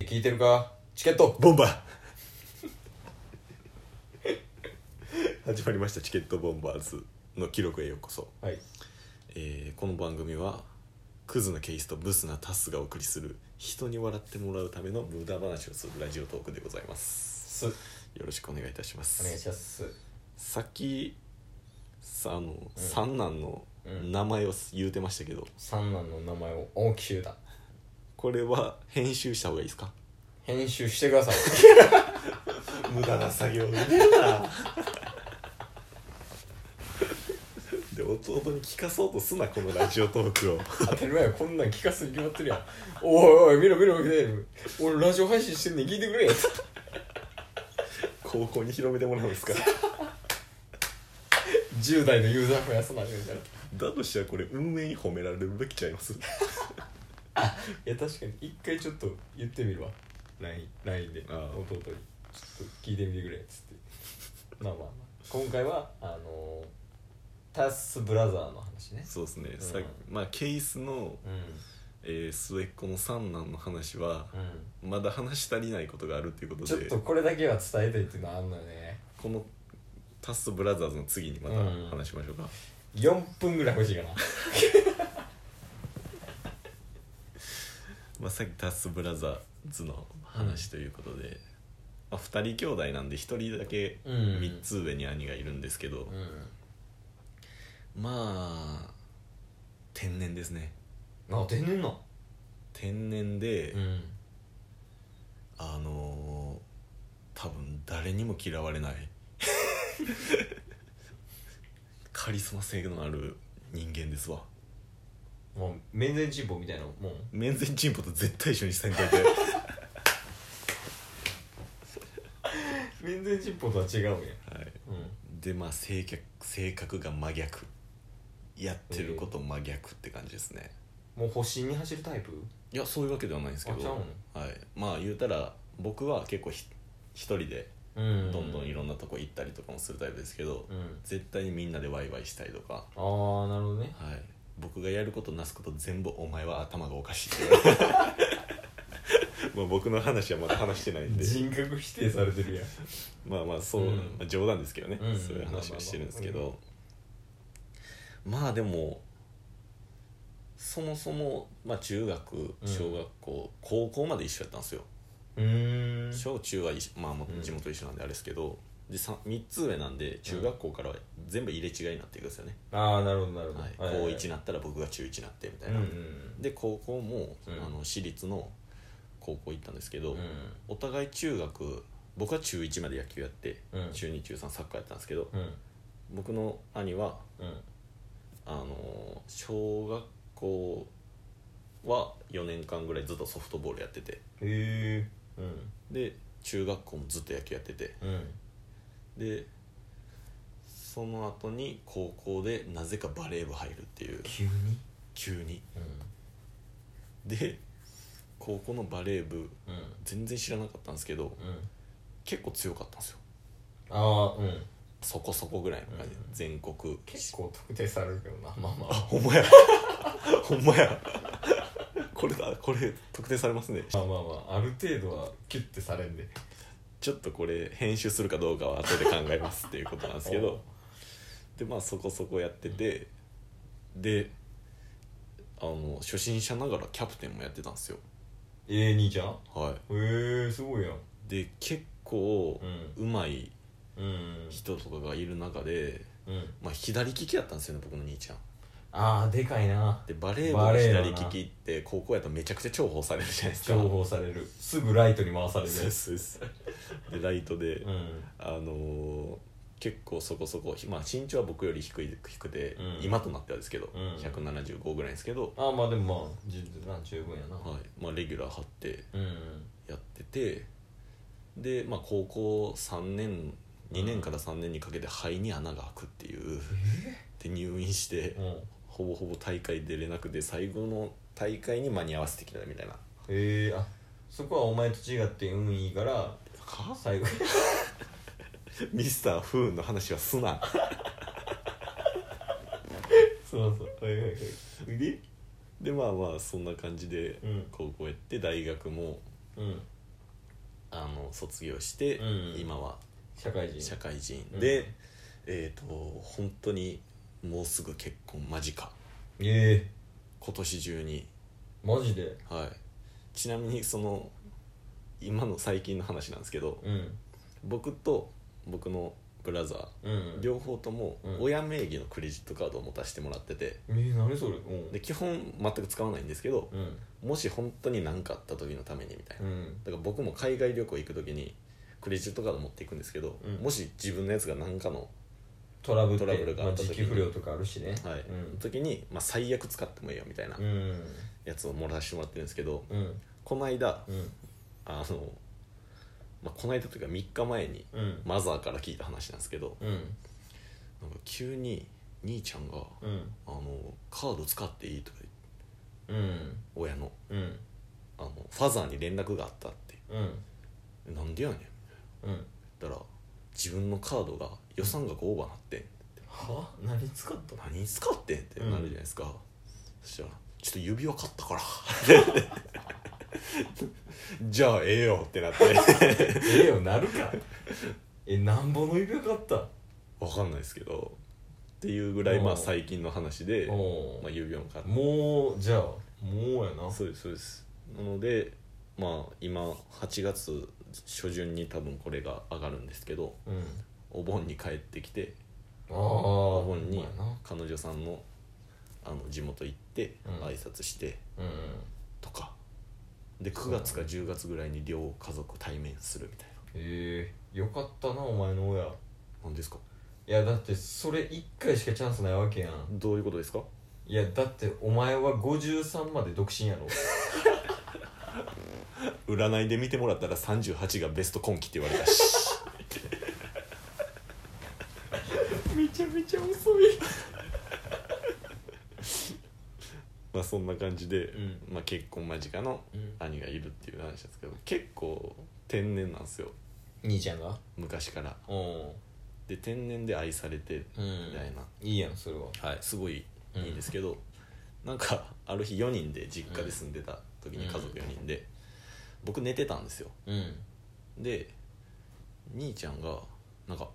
聞いてるかチケットボンバー始まりましたチケットボンバーズの記録へようこそ、はいえーこの番組はクズなケイスとブスなタスがお送りする人に笑ってもらうための無駄話をするラジオトークでございますすよろしくお願いいたしますお願いしますさっきさあの、三男の名前を言うてましたけど三男の名前を大きゅうだこれは編集した方がいいですか編集してくださ い無駄な作業で弟に聞かそうとすなこのラジオトークを当たり前やこんなん聞かすに決まってるやんおいおい見ろ見ろ見ろ俺ラジオ配信してんねん聞いてく れよ高校に広めてもらうんですか10代のユーザー増やさなあかんからだとしたらこれ運営に褒められるべきちゃいますいや確かに一回ちょっと言ってみるわ LINE, LINE でああ弟に「ちょっと聞いてみてくれ」っつってまあまあまあ今回はあのータッスブラザーの話ねそうですね、さうんまあケースの、うんえー末っ子の三男の話はうまだ話し足りないことがあるっていうこんとちょっでとこれだけは伝えたいっていうのはあんのよねこのタストブラザーズの次にまた話しましょうか、 4分ぐらい欲しいかなまあ、さっきタスブラザーズの話ということで、まあ、2人兄弟なんで1人だけうん3つ上に兄がいるんですけど、うまあ天然ですねんあ出んねんな天然で、うんあのー多分誰にも嫌われない カリスマ性のある人間ですわもう面前人望みたいなもん面前チンポと絶対一緒にせん といて面前人望とは違うんやはいうんでまあ性格性格が真逆やってること真逆って感じですね、もう保身に走るタイプいやそういうわけではないんですけあちゃうど、はい、まあ言うたら僕は結構ひ一人でのうどんどんいろんななとこ行ったりとかもするタイプですけど、うん絶対にみんなでワイワイしたりとか、ああなるほどねはい、僕がやることなすこと全部お前は頭がおかしいって言われる まあ僕の話はまだ話してないんで人格否定されてるやんまあまあそう、うんまあ、冗談ですけどね、うんそういう話をしてるんですけど、まあでもそもそも、まあ、中学うん小学校、高校まで一緒やったんですようーん小中は一緒、まあ、もうん地元一緒なんであれですけど、で 3, つ上なんで中学校からは全部入れ違いになっていくんですよね、ああなるほどなるほど、はいはい高1になったら僕が中1になってみたういんな、うんで高校も、うんあの私立の高校行ったんですけど、うんお互い中学僕は中1まで野球やって、うん中2中3サッカーやったんですけど、うん僕の兄はうんあのー小学校は4年間ぐらいずっとソフトボールやっててへえうんで中学校もずっと野球やっててうんでその後に高校でなぜかバレー部入るっていう急に急にうで高校のバレー部んうん全然知らなかったんですけどうん結構強かったんですよああうんそこそこぐらいの感うんうんじ、全国結構特定されるけどなまあまああほんまや ほんまやこれだこれ特定されますねまあまあまあある程度はキュッてされんでちょっとこれ編集するかどうかは後で考えますっていうことなんです けどでまあそこそこやっててであの初心者ながらキャプテンもやってたんですよええ兄ちゃんへはえすごいやんいで結構うんうまいうん人とかがいる中で、うんまあ、左利きやったんですよね僕の兄ちゃんああでかいなでバレーバ部のレーだな左利きって高校やとめちゃくちゃ重宝されるじゃないですか重宝されるすぐライトに回されるそうですそうですでライトで、うんあのー結構そこそこ、ひまあ、身長は僕より低い低くて、うん今となってはですけど、うん175ぐらいですけど、ああまあでもまあ十分十分やなはいまあ、レギュラー張ってうんやっててで、まあ、高校3年2年から3年にかけて肺に穴が開くっていう、で入院してうんほぼほぼ大会出れなくて最後の大会に間に合わせてきたみたいなへえあそこはお前と違って運いいから最後 ミスターフーンの話はすなそうそうはいはいはいでまあまあそんな感じでうん高校やって大学もうんあの卒業して、うん今は社会人社会人うんで、えっ、と本当にもうすぐ結婚間近ええ今年中にマジではいちなみにその今の最近の話なんですけどうん僕と僕のブラザうんー両方ともうん親名義のクレジットカードを持たせてもらっててえー、何それうんで基本全く使わないんですけどうんもし本当に何かあった時のためにみたいなうんだから僕も海外旅行行く時にクレジットカード持っていくんですけど、うんもし自分のやつが何かの、トラブルトラブルがまああ、った時時に期不良とかあるしねはいうん時に、まあ、最悪使ってもいいよみたいなうんやつをもらわせてもらってるんですけど、うんこの間うんあの、まあ、この間というか3日前にうんマザーから聞いた話なんですけどうんなんか急に兄ちゃんがうん「あのカード使っていい」とか言っうてん親のうんあのファザーに連絡があったってうん「なんでやねん」うん言ったら自分のカードが予算額オーバーなってんは何使ったの何に使ってんってなるじゃないですか、そしたら「ちょっと指輪買ったから」 じゃあええよ」ってなって ええよなるかえなんぼの指輪買ったわかんないですけどっていうぐらいまあおう最近の話で、おまあ、指輪も買っもうじゃあもうやたなそうですそうですなのでまあ今8月初旬に多分これが上がるんですけどうんお盆に帰ってきてああおほ盆んまにやな彼女さんのあの地元行ってうん挨拶して、うんとかで9月か10月ぐらいに両家族対面するみたいええよかったなお前の親ななんですかいやだってそれ1回しかチャンスないわけやんどういうことですかいやだってお前は53まで独身やろ占いで見てもらったら38がベスト今期って言われ たしめちゃめちゃ遅いまあそんな感じで、うんまあ、結婚間近のうん兄がいるっていう話なんですけど結構天然なんですよ兄ちゃんが昔からうんで天然で愛されてうみたいんな、いいやんそれははい、すごいいいんですけど、なんかある日4人で実家で住んでた時に家族4人で、僕寝てたんですようんで兄ちゃんがなんか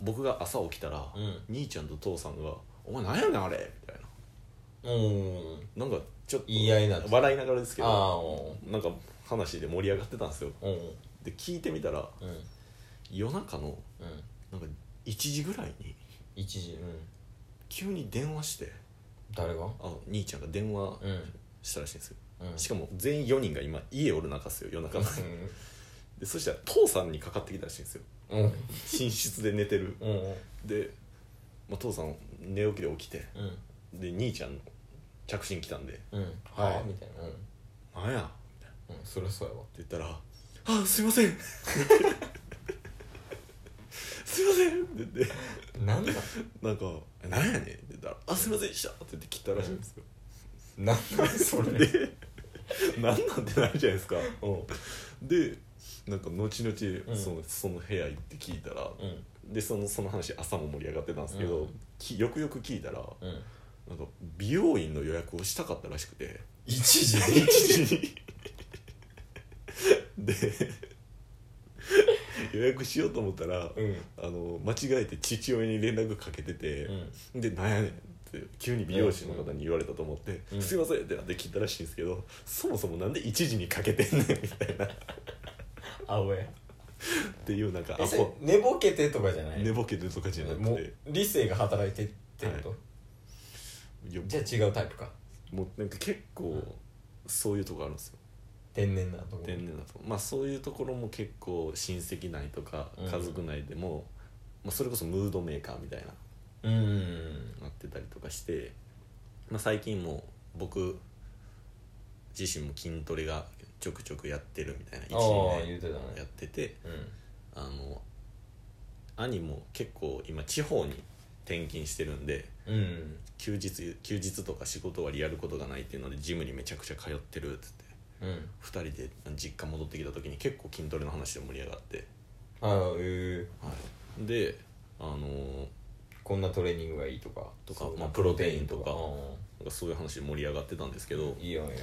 僕が朝起きたら、うん兄ちゃんと父さんが「お前何やねんあれ」みたいうんななんかちょっと言い合いになって笑いながらですけああどおなんか話で盛り上がってたんですようんうんで聞いてみたらうん夜中のうんなんか1時ぐらいに一時うん急に電話して誰があの兄ちゃんが電話うんしたらしいんですよ、うんしかも全員4人が今家おる中っすよ夜中うのでそしたら父さんにかかってきたらしいんですよんうん寝室で寝てるうんうんで、まあ、父さん寝起きで起きてうんで兄ちゃんの着信来たんでうんはいはあみたいなうん「なんや?」ってうんそりゃそうやわ言ったら「あすいません」 すいませんって言ってなんだなんか「なんやねん」って言ったら「あすいませんでした」って言って切ったらしいんですよ、なんだそれで「なんなん?」てなるじゃないですかうんでなんか後々うんその,、その部屋行って聞いたら、うんでそのその話朝も盛り上がってたんですけど、うんきよくよく聞いたらうんなんか美容院の予約をしたかったらしくて一時で1時に で予約しようと思ったら、うんあの間違えて父親に連絡かけててう、んで「なんやねん」って急に美容師の方に言われたと思って「うんすいません」ってなって聞いたらしいんですけどそもそもなんで1時にかけてんねんみたいなっ青やていうなんかえアそれホ寝ぼけてとかじゃない寝ぼけてるとかじゃなくもてう理性が働いてってこと、はよじゃあ違うタイプかもうなんか結う構んそういうとこあるんですよ天然なとこ天然だとまあそういうところも結構親戚内とかうん家族内でも、まあ、それこそムードメーカーみたいなうんなってたりとかして、まあ、最近もう僕自身も筋トレがちょくちょくやってるみたいなああ1言うてたね年やっててうんあの兄も結構今地方に転勤してるんでうん休日休日とか仕事終わりやることがないっていうのでジムにめちゃくちゃ通ってるっつってうん2人で実家戻ってきた時に結構筋トレの話で盛り上がって、ああえー、はい、であのーこんなトレーニングがいいとかとかそうまあプロテインとかプロなんかそういう話で盛り上がってたんですけテインどとか、いいよいいよ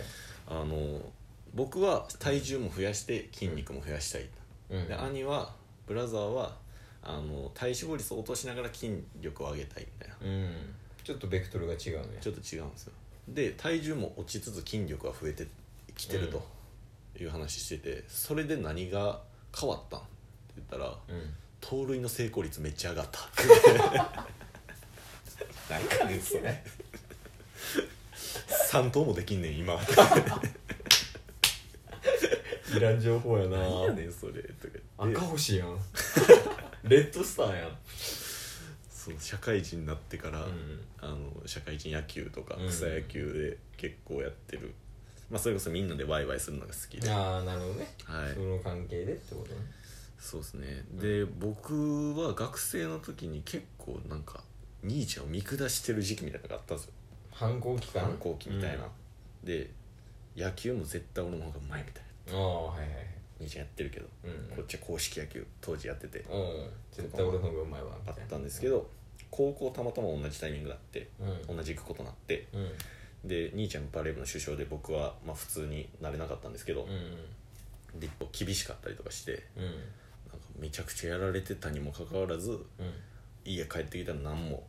あのー僕は体重も増やして筋肉も増やしたいうんで兄はブラザーはあの体脂肪率を落としながら筋力を上げたいみたいな、うんちょっとベクトルが違うねちょっと違うんですよで体重も落ちつつ筋力が増えてきてるという話してて、それで何が変わったんって言ったらうん盗塁の成功率めっちゃ上がった何かできない3盗もできんねん今いらん情報やな何やねんそれとか言って赤星やんレッドスターやんそう社会人になってから、うんあの社会人野球とかうん草野球で結構やってる、まあそれこそみんなでワイワイするのが好きで、はい、ああなるほどねその関係でってことねそうですねで僕は学生の時に結構なんか兄ちゃんを見下してる時期みたいなのがあったんですよ反抗期かな反抗期みたいな、うんあで野球も絶対俺の方がうまいみたいなあはいはいはい兄ちゃんやってるけど、うんこっちは公式野球当時やっててうん絶対俺の方がうまいわみたあっいなたんですけど高校たまたま同じタイミングだってうん同じ行くことになってうんで兄ちゃんバレー部の主将で僕はまあ普通になれなかったんですけど、うんで一方厳しかったりとかしてうんなんかめちゃくちゃやられてたにもかかわらずうん家帰ってきたら何も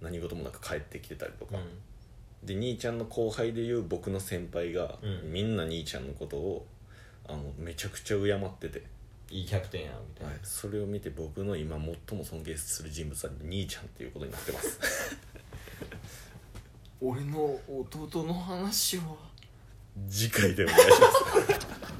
何事もなく帰ってきてたりとか、うんで兄ちゃんの後輩でいう僕の先輩が、うんみんな兄ちゃんのことをあのめちゃくちゃ敬ってて、いいキャプテンやんみたいなそれを見て僕の今最も尊敬する人物は兄ちゃんっていうことになってます 俺の弟の話は次回でお願いします